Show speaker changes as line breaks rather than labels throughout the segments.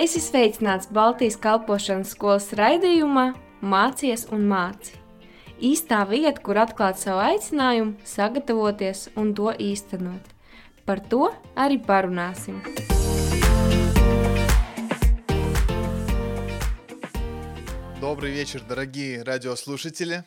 Es esmu sveicināts Baltijas kalpošanas skolas raidījumā Mācies un māci. Īstā vieta, kur atklāt savu aicinājumu, sagatavoties un to īstenot. Par to arī parunāsim.
Добрый вечер, дорогие радиослушатели.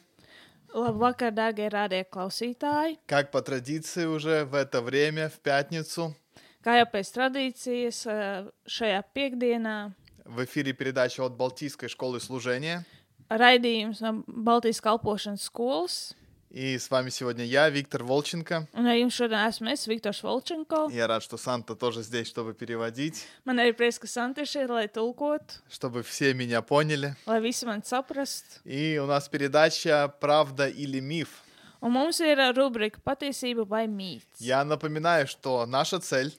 Labvakar, dārgie rādie klausītāji!
Как по традиции уже в это время, в пятницу,
Kā jau pēc tradīcijas, eh, šajā piekdienā
в эфире передача от Балтийской школы служения.
raidījums no Baltijas kalpošanas skolas.
И с вами сегодня я, Виктор Волченко.
Un ar jums šodien esmu es, Viktors Volčenko.
Я рад, что Санта тоже здесь, чтобы переводить,
Man arī prieks, ka Santa ir šeit, lai tulkotu,
чтобы все меня поняли.
lai visi man saprastu.
И у нас передача «Правда или миф?».
Un mums ir eh, rubrika patiesība vai mīts.
Я напоминаю, что наша цель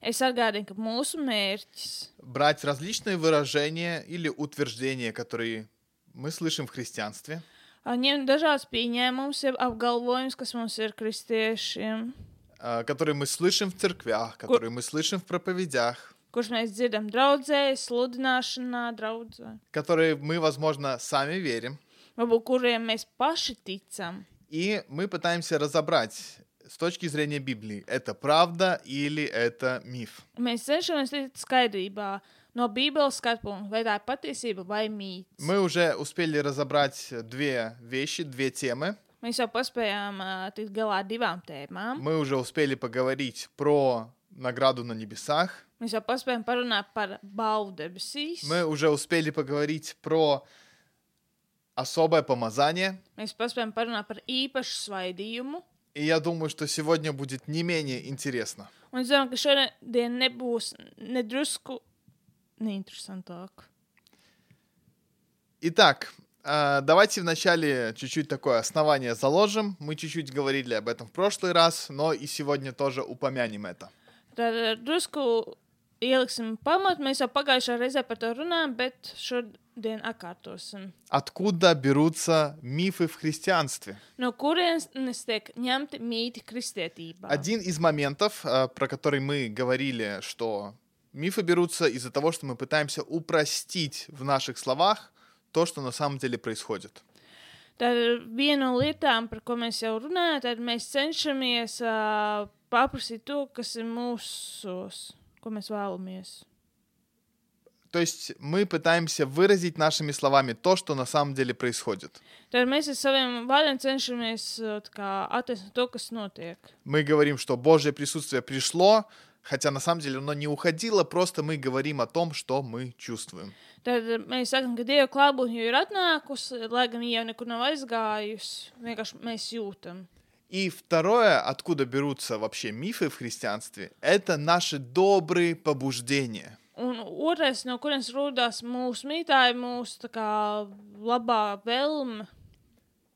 Es atgādinu, ka mūsu mērķis
— брать различные выражения или утверждения, которые мы slышим в христианстве,
eh, ņemt dažādas pieņēmumus, jeb apgalvojumus, kas mums ir kristiešiem,
э, которые мы слышим в церквях, которые мы слышим в проповедях,
kurus mēs dzirdam draudzē, sludināšanā, draudzē.
которые мы, возможно, сами верим,
varbūt kuriem mēs paši ticam.
и мы пытаемся разобрать с точки зрения Библии, это правда или это миф.
Mēs cenšamies tikt skaidrībā no Bībeles skatu punkta, vai tā ir patiesība vai mīts.
Мы уже успели разобрать две вещи, две темы.
Mēs jau paspējām uh, tikt galā ar divām tēmām.
Мы уже успели поговорить про награду на небесах.
Mēs jau paspējām parunāt par balvu debesīs.
Мы уже успели поговорить про особое помазание.
Mēs paspējām parunāt par īpašu svaidījumu.
И я думаю, что сегодня будет не менее интересно.
Un es domāju, ka šodien nebūs nedrusku neinteresantāk.
Итак, э, давайте вначале чуть-чуть такое основание заложим. Мы чуть-чуть говорили об этом в прошлый раз, но и сегодня тоже упомянем это.
Tad eh, drusku ieliksim pamatu. Mēs jau pagājušajā reizē par to runājām, bet šodien atkārtosim.
Откуда берутся мифы в христианстве?
No kurienes tiek ņemti mīti kristietībā?
Один из моментов, э, про который мы говорили, что мифы берутся из-за того, что мы пытаемся упростить в наших словах то, что на самом деле происходит.
Tā ir viena no lietām, par ko mēs jau runājām. Tad mēs cenšamies uh, paprasīt to, kas ir mūsos, ko mēs vēlamies.
То есть мы пытаемся выразить нашими словами то, что на самом деле происходит.
Tad mēs ar saviem vārdiem cenšamies uh, tā kā attaisnot to, kas notiek.
мы говорим, что Божье присутствие пришло, хотя на самом деле оно не уходило, просто мы говорим о том, что мы чувствуем.
Tad uh, mēs sakām, ka Dieva klātbūtne jau ir atnākusi, lai gan viņa jau nekur nav aizgājusi. Vienkārši mēs jūtam.
И второе, откуда берутся вообще мифы в христианстве, это наши добрые побуждения.
Un otrais, no kurienes rūdās mūsu mītāja, mūsu tā kā labā vēlme.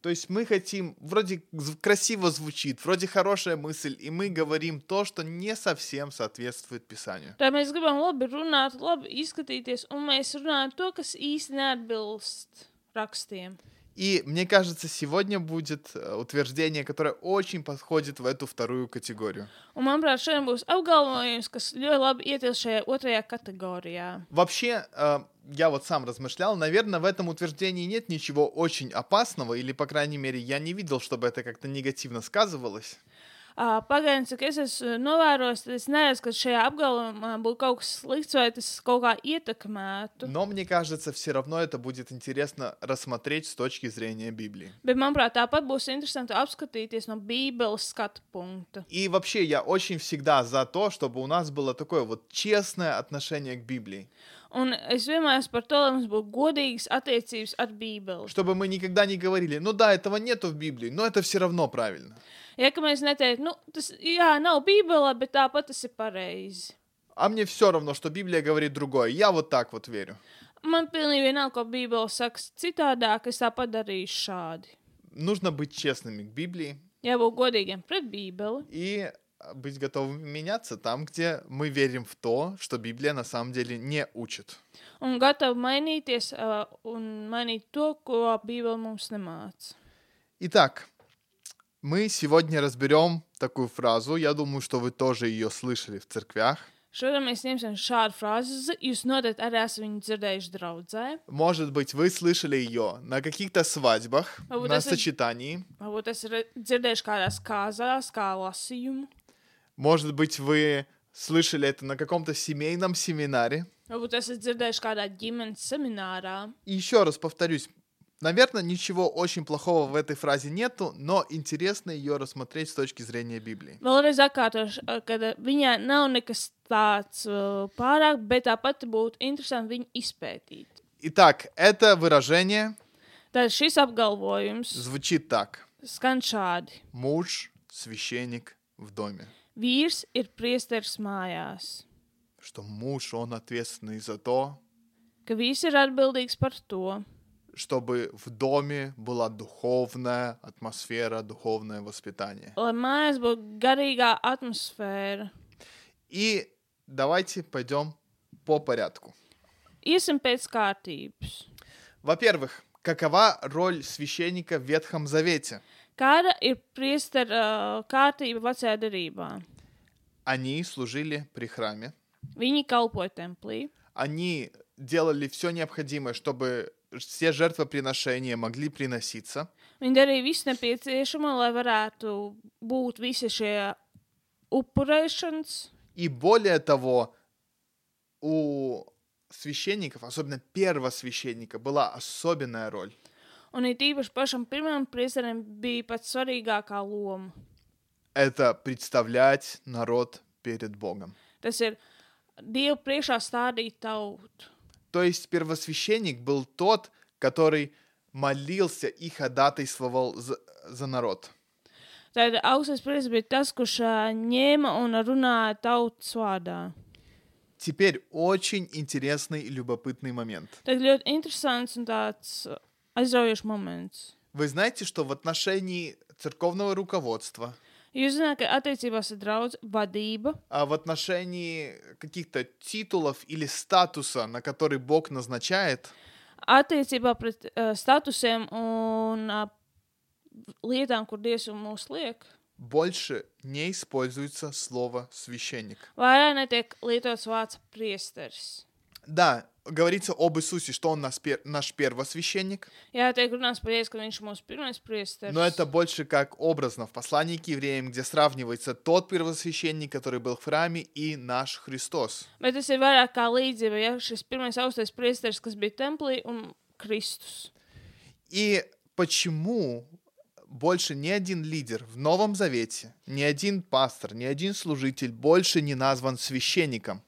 То есть мы хотим, вроде зв- красиво звучит, вроде хорошая мысль, и мы говорим то, что не совсем соответствует Писанию.
Tā mēs gribam labi runāt, labi izskatīties, un mēs runājam to, kas īsti neatbilst rakstiem.
И мне кажется, сегодня будет э, утверждение, которое очень подходит в эту вторую категорию.
Un, manuprāt, šodien būs apgalvojums, kas ļoti labi ietilpst šajā otrajā kategorijā.
Вообще, э, я вот сам размышлял, наверное, в этом утверждении нет ничего очень опасного, или, по крайней мере, я не видел, чтобы это как-то негативно сказывалось.
Uh, Pagaidām, cik es esmu novērojis, tad es neredzu, ka šajā apgalvojumā būtu kaut kas slikts vai tas kaut kā ietekmētu.
Но мне кажется, все равно это будет интересно рассмотреть с точки зрения Библии.
Bet, manuprāt, tāpat būs interesanti apskatīties no Bībeles skatu punkta.
И вообще, я очень всегда за то, чтобы у нас было такое вот честное отношение к Библии.
Un es vienmēr esmu par to, lai mums būtu godīgas attiecības ar Bībeli.
Чтобы мы никогда не говорили, ну да, этого нету в Библии, но это все равно правильно.
Ja ka mēs neteiktu, nu, tas jā, nav Bībelē, bet tāpat tas ir pareizi.
А мне все равно, что Библия говорит другое. Я вот так вот верю.
Man pilnīgi vienalga, ko Bībele saka citādāk, es tāpat darīšu šādi.
Нужно быть честными к Библии.
Jābūt godīgiem pret Bībeli
и э, быть готовым меняться там, где мы верим в то, что Библия на самом деле не учит.
un gatavi mainīties uh, un mainīt to, ko Bībele mums nemāca.
Итак, мы сегодня разберем такую фразу. Я думаю, что вы тоже ее слышали в церквях.
Šodien mēs ņemsim šādu frāzi. Jūs noteikti arī esat viņu dzirdējuši draudzē.
Может быть, вы слышали ее на каких-то свадьбах,
А вот
на
это-
сочетании.
Varbūt es re- dzirdējuši kādās kāzās, kā lasījumu.
Может быть, вы слышали это на каком-то семейном семинаре.
Varbūt esat dzirdējuši kādā ģimenes seminārā.
И еще раз повторюсь, наверное, ничего очень плохого в этой фразе нету, но интересно ее рассмотреть с точки зрения Библии.
Vēlreiz atkārtošu, ā, ka ā, viņai nav nekas tāds ā, pārāk, bet tāpat būtu interesanti viņu izpētīt.
Итак, это выражение
Tad šis apgalvojums
звучит так.
skan šādi.
Муж, священник в доме.
Vīrs ir priesteris mājās,
Что муж, он ответственный за то,
ka vīrs ir atbildīgs par to,
чтобы в доме была духовная атмосфера, духовное воспитание.
lai mājās būtu garīgā atmosfēra.
И давайте пойдем по порядку.
Iesim pēc kārtības.
Во-первых, какова роль священника в Ветхом Завете?
Kāda ir priestera ā, kārtība vecajā derībā?
Они служили при храме,
Viņi kalpoja templī,
они делали все необходимое, чтобы все жертвоприношения могли приноситься.
viņi darīja visu nepieciešamo, lai varētu būt visi šie upurēšanas.
И более того, у священников, особенно первосвященника, была особенная роль.
Un it īpaši pašam pirmajam priesterim bija pats svarīgākā loma.
Это представлять народ перед Богом.
Tas ir Dievu priekšā stādīt tautu.
То есть первосвященник был тот, который молился и ходатайствовал за, за народ.
Tad augstais priesteris bija tas, kurš ā, ņēma un runāja tautas vārdā.
Теперь очень интересный и любопытный момент.
Tas ļoti interesants un tāds ā, aizraujošs moments.
Вы знаете, что в отношении церковного руководства,
Jūs zināt, ka attiecībās ir draudz vadība,
а в отношении каких-то титулов или статуса, на который Бог назначает,
attiecībā pret uh, statusiem un uh, lietām, kur Dievs mums liek.
больше не используется слово священник.
Vairāk netiek lietots vārds priesteris.
Да, говорится об Иисусе, что он нас пер- наш первосвященник,
Jā, tiek runāts par Jēzu, ka viņš ir mūsu pirmais priesteris.
но это больше как образно в послании к евреям, где сравнивается тот первосвященник, который был в храме, и наш Христос.
Bet tas ir vairāk kā līdzība, ja šis pirmais augstais priesteris, kas bija templī un Kristus.
И почему больше ни один лидер в Новом Завете, ни один пастор, ни один служитель больше не назван священником?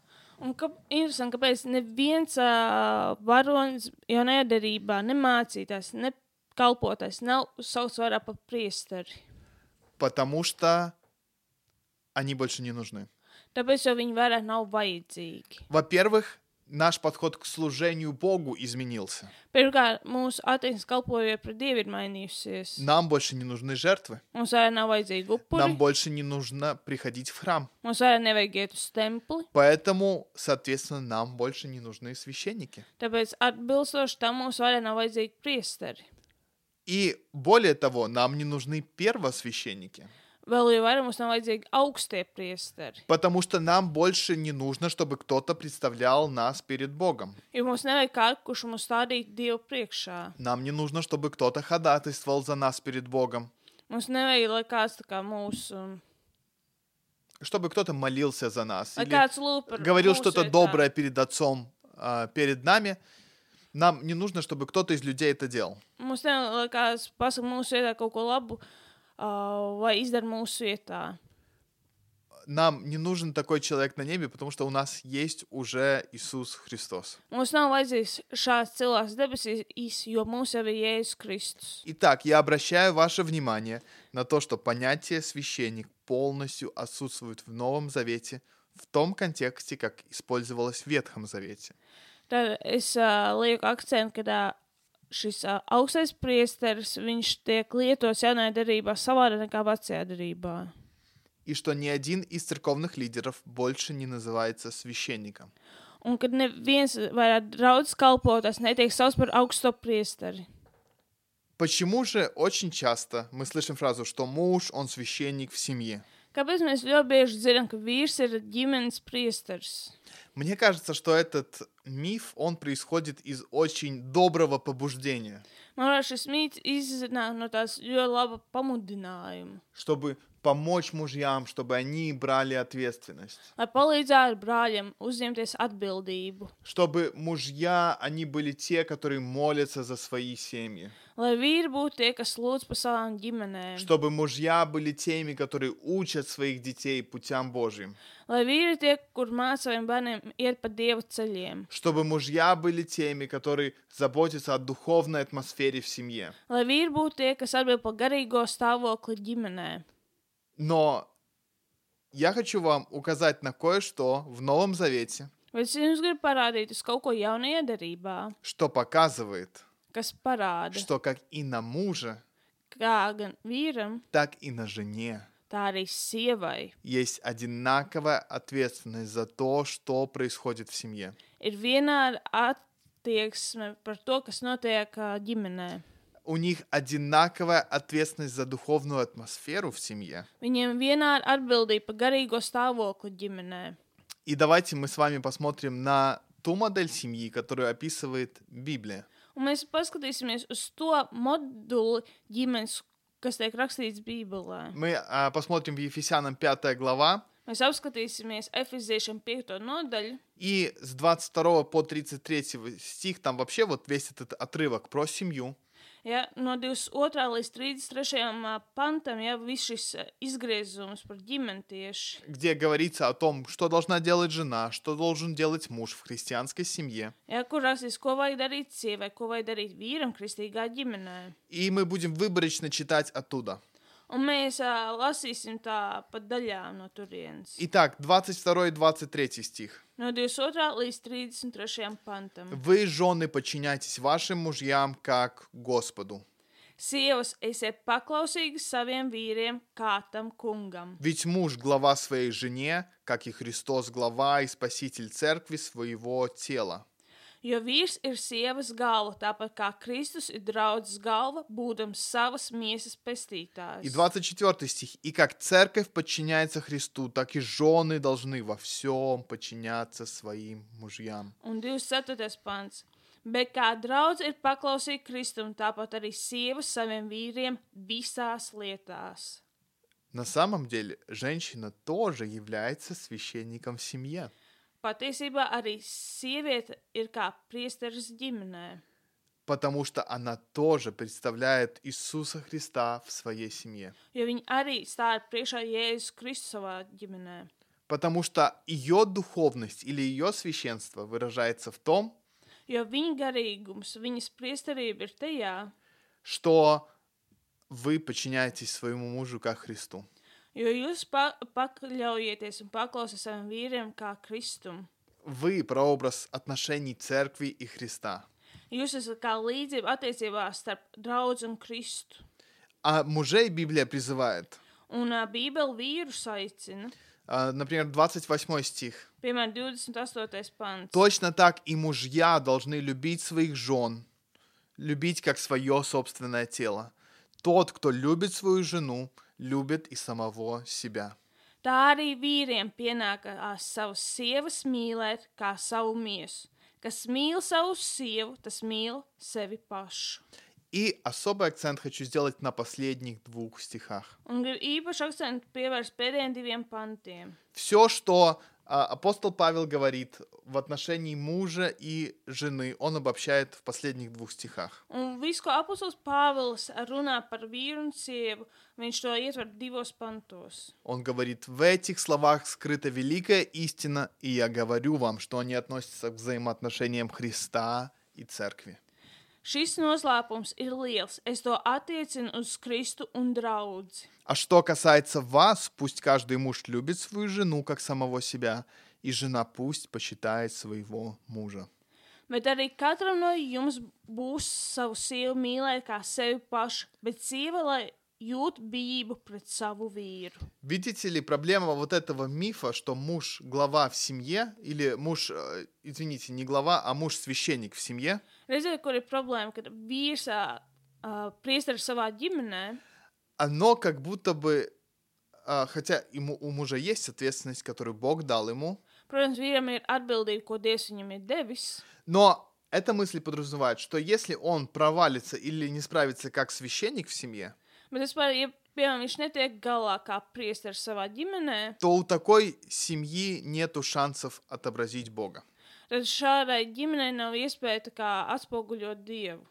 Un kā, interesanti, kāpēc neviens uh, varonis jaunajā darbā, ne mācītājs, ne kalpotais nav saukts vairāk par priesteri.
Потому что они больше не нужны.
Tāpēc jau viņi vairāk nav vajadzīgi.
Во-первых, наш подход к служению Богу изменился.
Pirmkārt, mūsu attieksme kalpojot pret Dievu ir mainījusies.
Нам больше не нужны жертвы.
Mums vairāk nav vajadzīgi upuri,
Нам больше не нужно приходить в храм.
mums vairāk nevajag iet uz templi.
Поэтому, соответственно, нам больше не нужны священники.
Tāpēc, atbilstoši tam, mums vairāk nav vajadzīgi priesteri.
И более того, нам не нужны первосвященники.
Vēl jau vairāk mums nav vajadzīgi augstie priesteri.
Потому что нам больше не нужно, чтобы кто-то представлял нас перед Богом.
Jo mums nevajag kādu, kurš mums stādītu Dievu priekšā.
Нам не нужно, чтобы кто-то ходатайствовал за нас перед Богом.
Mums nevajag, lai kāds tā kā um, mūsu.
Чтобы кто-то молился за нас.
Lai
или-
kāds lūp par
говорил
mūsu
что-то
vietā.
доброе перед отцом, а, перед нами, нам не нужно, чтобы кто-то из людей это делал.
Mums nevajag, lai kāds pasakā mūsu vietā kaut ko labu uh, vai izdara mūsu vietā.
Нам не нужен такой человек на небе, потому что у нас есть уже Иисус Христос.
Mums nav vajadzīgs šāds cilvēks debesīs, īs, jo mums jau ir Jēzus Kristus.
Итак, я обращаю ваше внимание на то, что понятие священник полностью отсутствует в Новом Завете в том контексте, как использовалось в Ветхом Завете.
Tad es uh, lieku akcentu, ka uh, šis uh, augstais priesteris viņš tiek lietots jaunajā darbā savādāk nekā vecajā darbā.
И что ни один из церковных лидеров больше не называется священником.
Un kad neviens vairāk draudzes kalpotājs netiek saukts par augsto priesteri.
Почему же очень часто мы слышим фразу, что муж, он священник в семье?
Kāpēc mēs ļoti bieži dzirdam, ka vīrs ir ģimenes priesteris?
Мне кажется, что этот миф, он происходит из очень доброго побуждения,
Man liekas, šis mīts iznāk no tās ļoti laba pamudinājuma,
чтобы помочь мужьям, чтобы они брали ответственность,
lai palīdzētu brāļiem uzņemties atbildību,
чтобы мужья, они были те, которые молятся за свои семьи,
lai vīri būtu tie, kas lūdz par savām ģimenēm,
чтобы мужья были теми, которые учат своих детей путям Божьим,
lai vīri tie, kur māca saviem bērniem iet pa dieva ceļiem,
чтобы мужья были теми, которые заботятся о духовной атмосфере в семье.
lai vīri būtu tie, kas atbild par garīgo stāvokli ģimenē.
Но я хочу вам указать на кое-что в Новом Завете,
Bet es jums gribu parādīt uz kaut ko jaunajā darbā,
что показывает,
kas parāda,
что как и на муже,
kā gan vīram,
так и на жене
tā arī sievai
есть одинаковая ответственность за то, что происходит в семье.
ir vienāda attieksme par to, kas notiek ā, ģimenē.
У них одинаковая ответственность за духовную атмосферу в семье.
Viņiem vienāda atbildība par garīgo stāvokli ģimenē.
И давайте мы с вами посмотрим на ту модель семьи, которую описывает Библия.
Un mēs paskatīsimies uz to moduli ģimenes, kas tiek rakstīts Bībelē.
Мы а, посмотрим в Ефесянам 5 глава
Mēs apskatīsimies Efeziešiem 5. nodaļu,
и с 22 по 33 стих, там вообще вот весь этот отрывок про семью.
ja, no 22. līdz 33. pantam, ja viss šis ā, izgriezums par ģimeni tieši.
где говорится о том, что должна делать жена, что должен делать муж в христианской семье.
Ja, kur rakstīts, ko vajag darīt sievai, ko vajag darīt vīram, kristīgā ģimenē.
И мы будем выборочно читать оттуда.
Un mēs uh, lasīsim tā pa daļām no turienes.
Итак, 22 и 23 stих.
No 22. līdz 33. pantam.
«Вы, жены, подчиняйтесь вашим мужьям, как Господу.
Sievas, esiet paklausīgas saviem vīriem, kā tam kungam.
Ведь муж – глава своей жене, как и Христос – глава и спаситель церкви своего тела».
Jo vīrs ir sievas galva, tāpat kā Kristus ir draudzes galva, būdams savas miesas pestītājs.
И 24 стих. «И как церковь подчиняется Христу, так и жены должны во всем подчиняться своим мужьям».
Un 24. pants. Bet kā draudzene ir paklausīga Kristum, tāpat arī sievas saviem vīriem visās lietās.
На самом деле, женщина тоже является священником в семье.
Patiesībā arī sieviete ir kā priesteris ģimenē,
Потому что она тоже представляет Иисуса Христа в своей семье.
jo viņa arī stāv priekšā Jēzus Kristus savā ģimenē.
Потому что ее духовность или ее священство выражается в том,
Jo viņa garīgums, viņas priesterība ir tajā,
что вы подчиняетесь своему мужу как Христу.
jo jūs pa pakļaujieties un paklausāties saviem vīriem kā Kristum.
Вы прообраз отношений церкви и Христа.
Jūs esat kā līdzība attiecībā starp draugu un Kristu.
А мужей Библия призывает.
Un uh, Bībele vīru aicina,
А, Например, 28 стих.
piemēram, 28. pants.
Точно так и мужья должны любить своих жен, любить как свое собственное тело. Тот, кто любит свою жену, любит и самого себя.
Tā arī vīriem pienākas savas sievas mīlēt, kā savu miesu. Kas mīl savu sievu, tas mīl sevi pašu.
И особый акцент хочу сделать на последних двух стихах.
Un gribu īpaši akcentu pievērst pēdējiem diviem pantiem.
Все, что а, апостол Павел говорит в отношении мужа и жены, он обобщает в последних двух стихах.
Un viss, ko apustulis Pāvils runā par vīru un sievu, viņš to ietver divos pantos.
Он говорит, в этих словах скрыта великая истина, и я говорю вам, что они относятся к взаимоотношениям Христа и Церкви.
Šis noslēpums ir liels. Es to attiecinu uz Kristu un draugu.
А что касается вас, пусть каждый муж любит свою жену, как самого себя, и жена пусть почитает своего мужа.
Bet arī katram no jums būs savu sievu mīlēt kā sevi pašu, bet sieva lai jūt bību pret savu vīru.
Видите ли, проблема вот этого мифа, что муж глава в семье, или муж, э, извините, не глава, а муж священник в семье,
Redziet, kur ir problēma, kad vīrs uh, priesteris savā ģimenē,
оно как будто бы э, а, хотя и му- у мужа есть ответственность, которую Бог дал ему,
Protams, vīram ir atbildība, ko Dievs viņam ir devis.
но эта мысль подразумевает, что если он провалится или не справится как священник в семье,
Bet es par, ja, piemēram, viņš netiek galā kā priesteris savā ģimenē,
то у такой семьи нету шансов отобразить Бога.
tad šādai ģimenei nav iespēja tā kā atspoguļot Dievu.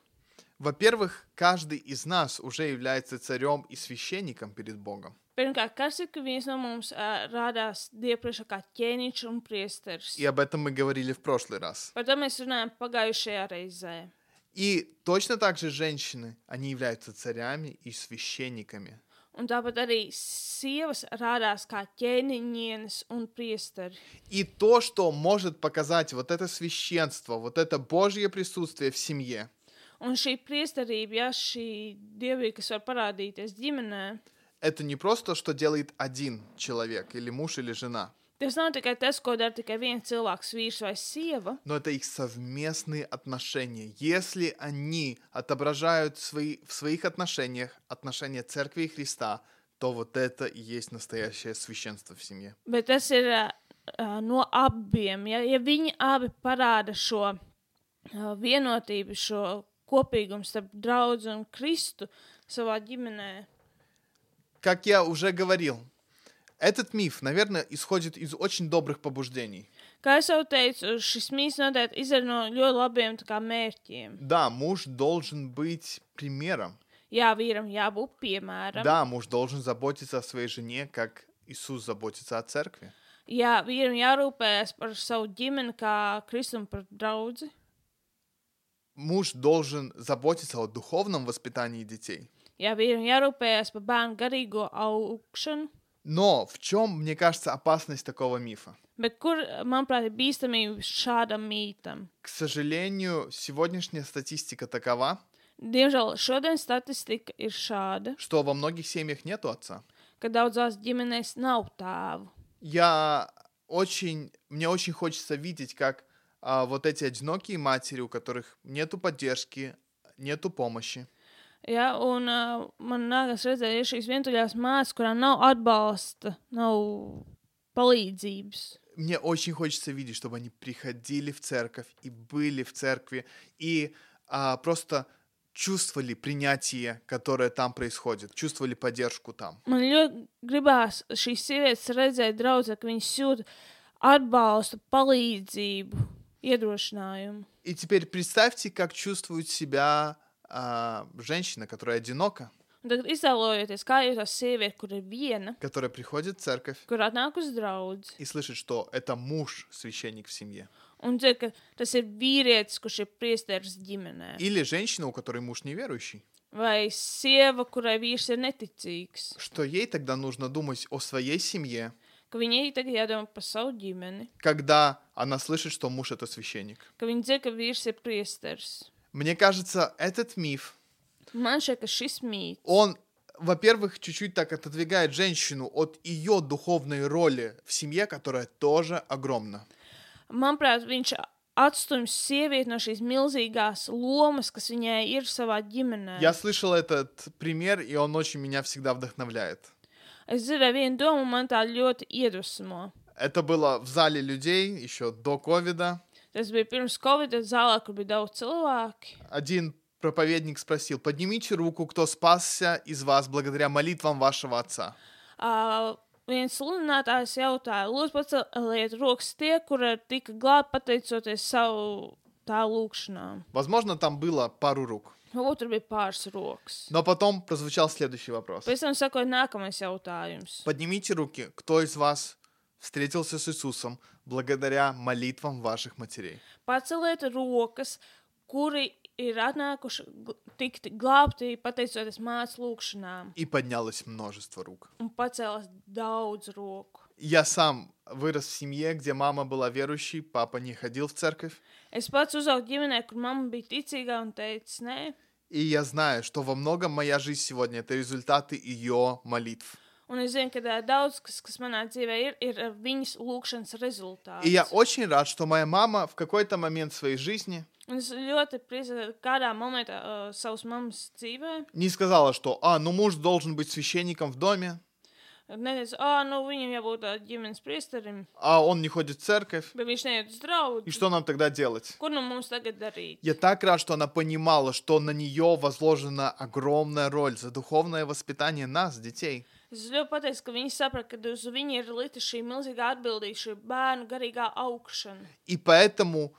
Во-первых, каждый из нас уже является царем и священником перед Богом.
Pirmkārt, kas ir, ka viens no mums uh, rādās Dieva priekšā kā ķēniņš un priesteris?
И об этом мы говорили в прошлый раз.
Par to mēs runājam pagājušajā reizē.
И точно так же женщины, они являются царями и священниками.
Un tāpat arī sievas rādās kā ķēniņienes un priesteri.
И то, что может показать вот это священство, вот это Божье присутствие в семье,
Un šī priesterība, ja šī dievība, kas var parādīties ģimenē,
это не просто, что делает один человек, или муж, или жена,
tas nav tikai tas, ko dara tikai viens cilvēks, vīrs vai sieva,
но это их совместные отношения. Если они отображают свои, в своих отношениях отношения Церкви и Христа, то вот это и есть настоящее священство в семье.
bet tas ir ā, ā, no abiem. Ja, ja viņi abi parāda šo ā, vienotību, šo kopīgumu starp draugu un Kristu savā ģimenē.
Как я уже говорил, этот миф, наверное, исходит из очень добрых побуждений.
Kā jau teicu, šis mīts noteikti izriet no ļoti labiem tā kā, mērķiem.
Да, муж должен быть примером.
Jā, vīram jābūt piemēram.
Да, муж должен заботиться о своей жене, как Иисус заботится о церкви.
Jā, vīram jārūpējas par savu ģimeni, kā Kristum par draugu.
Муж должен заботиться о духовном воспитании детей.
Jā, vīram jārūpējas par bērnu garīgo augšanu.
Но в чем, мне кажется, opasность такого мифа?
Bet kur, manuprāt, ir bīstamība šādam mītam?
К сожалению, сегодняшняя статистика такова,
Diemžēl šodien statistika ir šāda,
что во многих семьях нету отца.
ka daudzās ģimenēs nav tēvu.
Я очень, мне очень хочется видеть, как а, вот эти одинокие матери, у которых нету поддержки, нету помощи,
Ja, un uh, man nākas redzēt, ir šīs vientuļās māsas, kurām nav atbalsta, nav palīdzības.
мне очень хочется видеть, чтобы они приходили в церковь и были в церкви и а, просто чувствовали принятие, которое там происходит, чувствовали поддержку там.
Man ļoti gribās šīs sievietes redzēt, draudzē, ka viņas sūta atbalstu, palīdzību, iedrošinājumu.
И теперь представьте, как чувствует себя а, женщина, которая одинока,
Un tagad iztēlojoties, kā jūtas sieviete, kur ir viena,
которая приходит в церковь
kur atnāk uz draugu,
и слышит, что это муж священник в семье,
un dzird, ka tas ir vīrietis, kurš ir priesteris ģimenē,
или женщина, у которой муж неверующий,
vai sieva, kurai vīrs ir neticīgs,
что ей тогда нужно думать о своей семье,
ka viņai tagad jādomā par savu ģimeni,
когда она слышит, что муж это священник.
ka viņa dzird, ka vīrs ir priesteris.
Мне кажется, этот миф,
Man šķiet, ka šis mīts.
он, во-первых, чуть-чуть так отодвигает женщину от ее духовной роли в семье, которая тоже огромна.
manuprāt, viņš atstumj sievieti no šīs milzīgās lomas, kas viņai ir savā ģimenē.
Я слышал этот пример, и он очень меня всегда вдохновляет.
Es dzirdēju vienu domu, un man tā ļoti iedvesmo.
Это было в зале людей еще до ковида.
Tas bija pirms Covid-19 zālē, kur bija daudz cilvēku.
Один проповедник спросил, поднимите руку, кто спасся из вас благодаря молитвам вашего отца.
Uh, viens sludinātājs jautāja, lūdzu, paceliet rokas tie, kuri tika glābti pateicoties savu tā lūgšanām.
Возможно, там было пару рук.
Varbūt tur bija pāris rokas.
Но потом прозвучал следующий вопрос.
Pēc tam sakoja nākamais jautājums.
Поднимите руки, кто из вас встретился с Иисусом благодаря молитвам ваших матерей.
paceliet rokas, kuri ir atnākuši gl- tikt glābti pateicoties mācību lūgšanām,
И поднялось множество рук.
un pacēlās daudz roku.
Я сам вырос в семье, где мама была верующей, папа не ходил в церковь.
Es pats uzaugu ģimenē, kur mamma bija ticīga un teica, nē,
И я знаю, что во многом моя жизнь сегодня это результаты ее молитв.
un es zinu, ka ā, daudz kas, kas manā dzīvē ir, ir ar viņas lūgšanas rezultāts.
И я очень рад, что моя мама в какой-то момент своей жизни
Un es ļoti priecājos, ka kādā momentā uh, savas mammas dzīvē
не сказала, что «А, ну муж должен быть священником в доме»,
Nevis, ah, ну viņam jābūt ā, ģimenes priesterim,
А он не ходит в церковь.
bet viņš neiet uz
И
draugu.
что нам тогда делать?
Ko nu mums tagad darīt?
Я так рад, что она понимала, что на нее возложена огромная роль за духовное воспитание нас, детей.
Es ļoti pateicu, ka viņi saprata, ka uz viņu ir lita šī milzīgā atbildība, šī bērnu garīgā augšana.
И поэтому,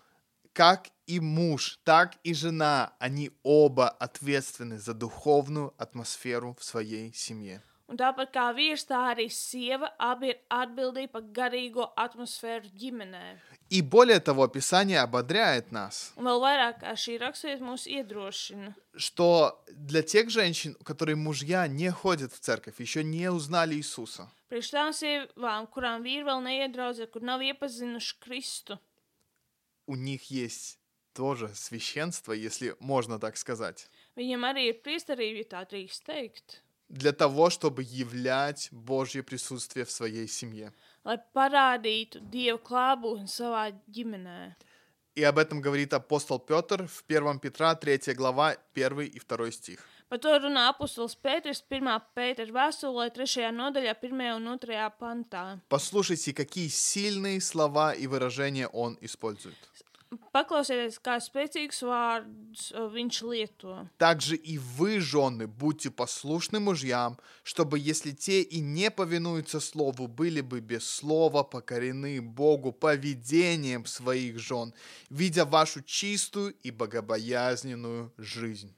как и муж, так и жена, они оба ответственны за духовную атмосферу в своей семье.
Un tāpat kā vīrs, tā arī sieva abi ir atbildīgi par garīgo atmosfēru ģimenē.
И более того, Писание ободряет нас,
Un vēl vairāk kā šī raksturība mūs iedrošina.
что для тех женщин, у которых мужья не ходят в церковь, еще не узнали Иисуса,
Priekš tām sievām, kurām vīri vēl neiedraudzē, kur nav iepazinuši Kristu,
у них есть тоже священство, если можно так сказать,
viņam arī ir priesterība, ja tā drīkst teikt,
для того, чтобы являть Божье присутствие в своей семье.
lai parādītu Dieva klābūtni savā ģimenē.
И об этом говорит апостол Петр в 1 Петра 3 глава 1 и 2 стих.
Par to runā apustulis Pēters 1. pētera vēstulē, 3. nodaļā, 1. un 2. pantā.
Послушайте, какие сильные слова и выражения он использует.
Paklausieties, kā spēcīgs vārds uh, viņš lieto.
Также и вы, жены, будьте послушны мужьям, чтобы, если те и не повинуются слову, были бы без слова покорены Богу поведением своих жен, видя вашу чистую и богобоязненную жизнь.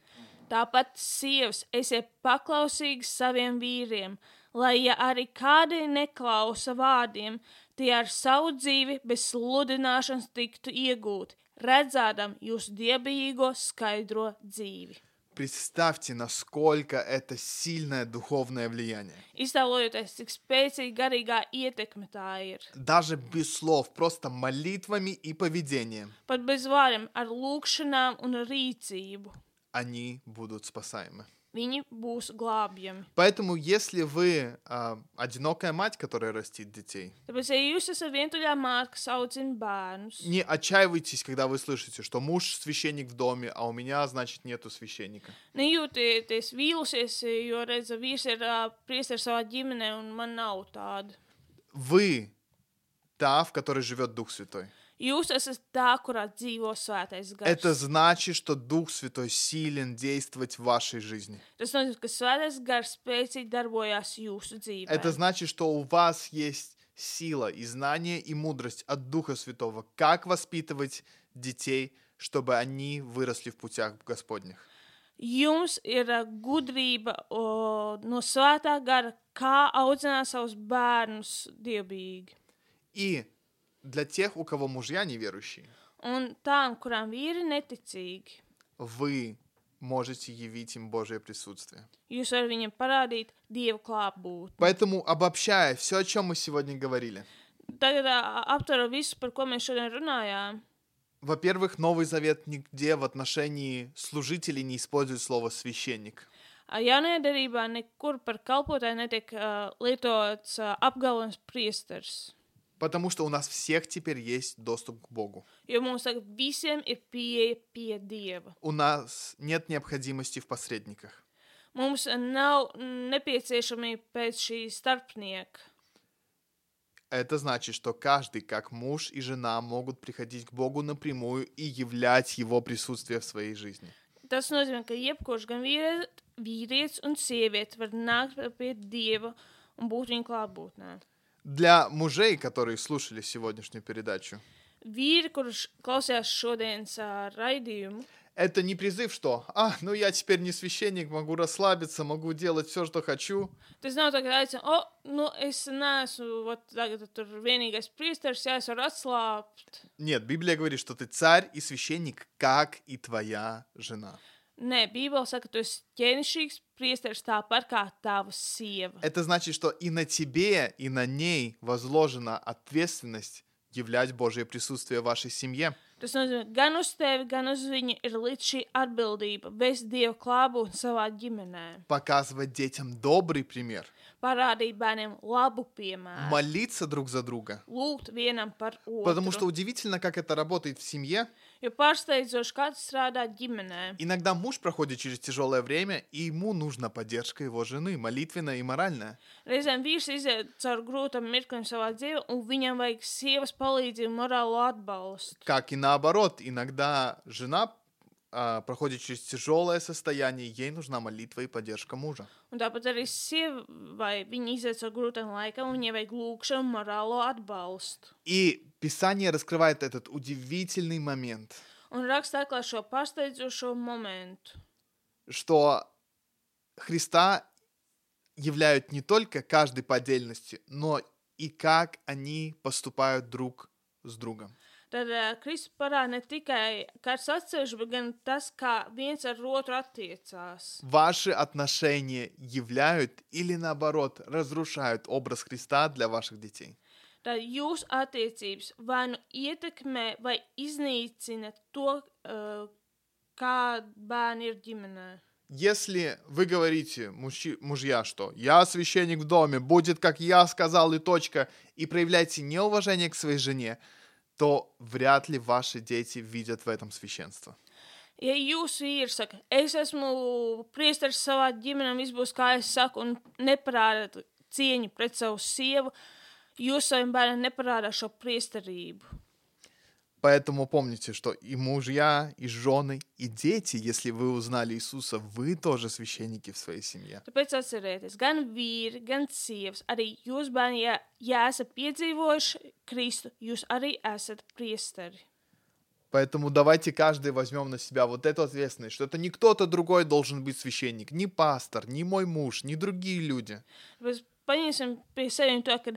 Tāpat sievas, esiet paklausīgas saviem vīriem, lai ja arī kādi neklausa vārdiem, tie ar savu dzīvi bez sludināšanas tiktu iegūti, redzēdam jūsu dievbijīgo skaidro dzīvi.
Представьте, насколько это сильное духовное влияние.
Iztēlojoties, cik spēcīga garīgā ietekme tā ir.
Даже без слов, просто молитвами и поведением
Pat bez vārdiem, ar lūkšanām un rīcību,
они будут спасаемы.
viņi būs glābjami.
Поэтому, если вы а, одинокая мать, которая растит детей,
Tāpēc, ja jūs esat vientuļā māte, kas audzina bērnus,
не отчаивайтесь, когда вы слышите, что муж священник в доме, а у меня, значит, нету священника.
Nejūtieties vīlusies, jo redzat, vīrs ir ā, priesteris savā ģimenē, un man nav tāda.
Вы та, в которой живет Дух Святой.
Jūs esat tā, kurā dzīvo svētais
Это
gars.
значит, что Дух Святой силен действовать в вашей жизни.
Tas nozīmē, ka svētais gars spēcīgi darbojās jūsu dzīvē.
Это значит, что у вас есть сила и знание и мудрость от Духа Святого, как воспитывать детей, чтобы они выросли в путях Господних.
Jums ir ā, gudrība o, no svētā gara, kā audzināt savus bērnus dievbijīgi.
И для тех, у кого мужья неверующие,
Un tām, kurām vīri ir neticīgi,
вы можете явить им Божье присутствие.
jūs varat viņiem parādīt dievu klātbūtni.
Поэтому, обобщая все, о чем мы сегодня говорили,
Tagad ā, aptveru visu, par ko mēs šodien runājām.
во-первых, Новый Завет нигде в отношении служителей не использует слово «священник».
Jaunajā darbā nekur par kalpotāju netiek uh, lietots uh, apgalvojums priesteris.
Потому что у нас всех теперь есть доступ к Богу.
Jo mums tagad visiem ir pieeja pie dieva.
У нас нет необходимости в посредниках.
Mums nav nepieciešamība pēc šī starpnieka.
Это значит, что каждый, как муж и жена, могут приходить к Богу напрямую и являть Его присутствие в своей жизни.
Tas nozīmē, ka jebkurš gan vīrie- vīrietis, gan sieviete var nākt pie dieva un būt viņa klātbūtnē.
Для мужей, которые слушали сегодняшнюю передачу,
Vīri, kurš klausījās šodienas uh, raidījumu,
это не призыв, что «А, ну я теперь не священник, могу расслабиться, могу делать все, что хочу».
Tas nav tā, ka aicina, o, nu, es neesmu vat, tagad tur vienīgais priesteris, jā, es varu atslābt.
Нет, Библия говорит, что ты царь и священник, как и твоя жена.
Nē, Bībelē saka, tu esi ķēnišķīgs priesteris tāpat kā tava sieva.
Это значит, что и на тебе, и на ней возложена ответственность являть Божье присутствие в вашей семье.
Tas nozīmē, gan uz tevi, gan uz viņu ir līdz šī atbildība bez dieva klābūtnes savā ģimenē.
Показывать детям добрый пример.
Parādīt bērniem labu piemēru,
Молиться друг за друга.
lūgt vienam par
Потому что
otru.
удивительно, как это работает в семье.
Jo pārsteidzoši, kāds strādā ģimenē.
Иногда муж проходит через тяжелое время, и ему нужна поддержка его жены, молитвенная и моральная.
Reizēm vīrs iziet cauri grūtam mirklim savā dzīvē, un viņam vajag sievas palīdzību, morālo atbalstu.
Как и наоборот, иногда жена а, проходит через тяжелое состояние, ей нужна молитва и поддержка мужа.
Un tāpat arī sievai viņa iziet cauri grūtam laikam, un viņai vajag lūgšanu, morālo atbalstu.
И Писание раскрывает этот удивительный момент,
Un raksta atklāt šo pārsteidzošo momentu,
что Христа являют не только каждый по отдельности, но и как они поступают друг с другом.
Tad uh, Kristus parāda ne tikai kāds atsevišķi, bet gan tas, kā viens ar otru attiecās.
Ваши отношения являют или наоборот разрушают образ Христа для ваших детей.
Tad jūsu attiecības vai nu ietekmē, vai iznīcina to, uh, kāda bērna ir ģimenē.
Если вы говорите, мужчи- мужья, что «я священник в доме, будет, как я сказал, и точка», и проявляете неуважение к своей жене, то вряд ли ваши дети видят в этом священство.
Ja jūsu vīrs saka, es esmu priesteris savā ģimenē, un viss būs kā es saku, un neparādāt cieņu pret savu sievu, jūs saviem bērniem neparādāt šo priesterību.
Поэтому помните, что и мужья, и жены, и дети, если вы узнали Иисуса, вы тоже священники в своей семье.
Tāpēc atcerieties, gan vīri, gan sievas, arī jūs, bērni, ja, ja esat piedzīvojuši Kristu, jūs arī esat priesteri.
Поэтому давайте каждый возьмем на себя вот эту ответственность, что это не кто-то другой должен быть священник, не пастор, не мой муж, не другие люди.
Tāpēc paņemsim pie sevis to, ka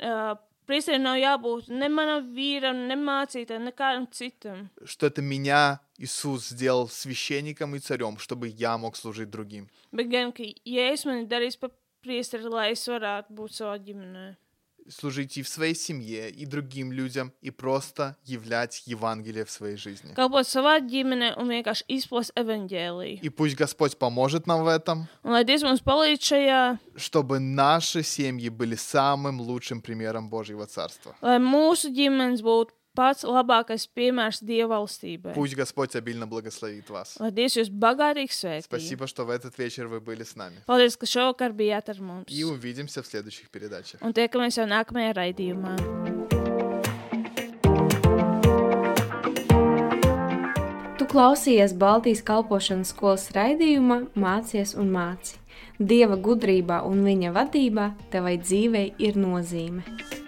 uh, priesterim nav jābūt ne manam vīram, ne mācītājam, ne kādam citam.
Что это меня Иисус сделал священником и царем, чтобы я мог служить другим.
Bet gan, ka Jēzus man ir darījis par priesteri, lai es varētu būt savā ģimenē.
Служить и в своей семье, и другим людям, и просто являть Евангелие в своей жизни.
Kalpot savā ģimenē un vienkārši izplatīt evaņģēlīju.
И пусть Господь поможет нам в этом,
Un lai Dievs mums palīdz šajā,
чтобы наши семьи были самым лучšим примером Божьего Царства.
lai mūsu ģimenes būtu pats labākais piemērs Dievalstībai.
Пусть Господь обильно благословит вас.
Lai Dievs jūs bagātīgi sveicinātu.
Спасибо, что в этот вечер вы были с нами.
Paldies, ka šovakar bijāt ar mums.
И увидимся в следующих передачах.
Un tiekamies jau nākamajā raidījumā.
Tu klausies Baltijas kalpošanas skolas raidījumā, mācies un māci. Dieva gudrībā un viņa vadībā tevai dzīvei ir nozīme.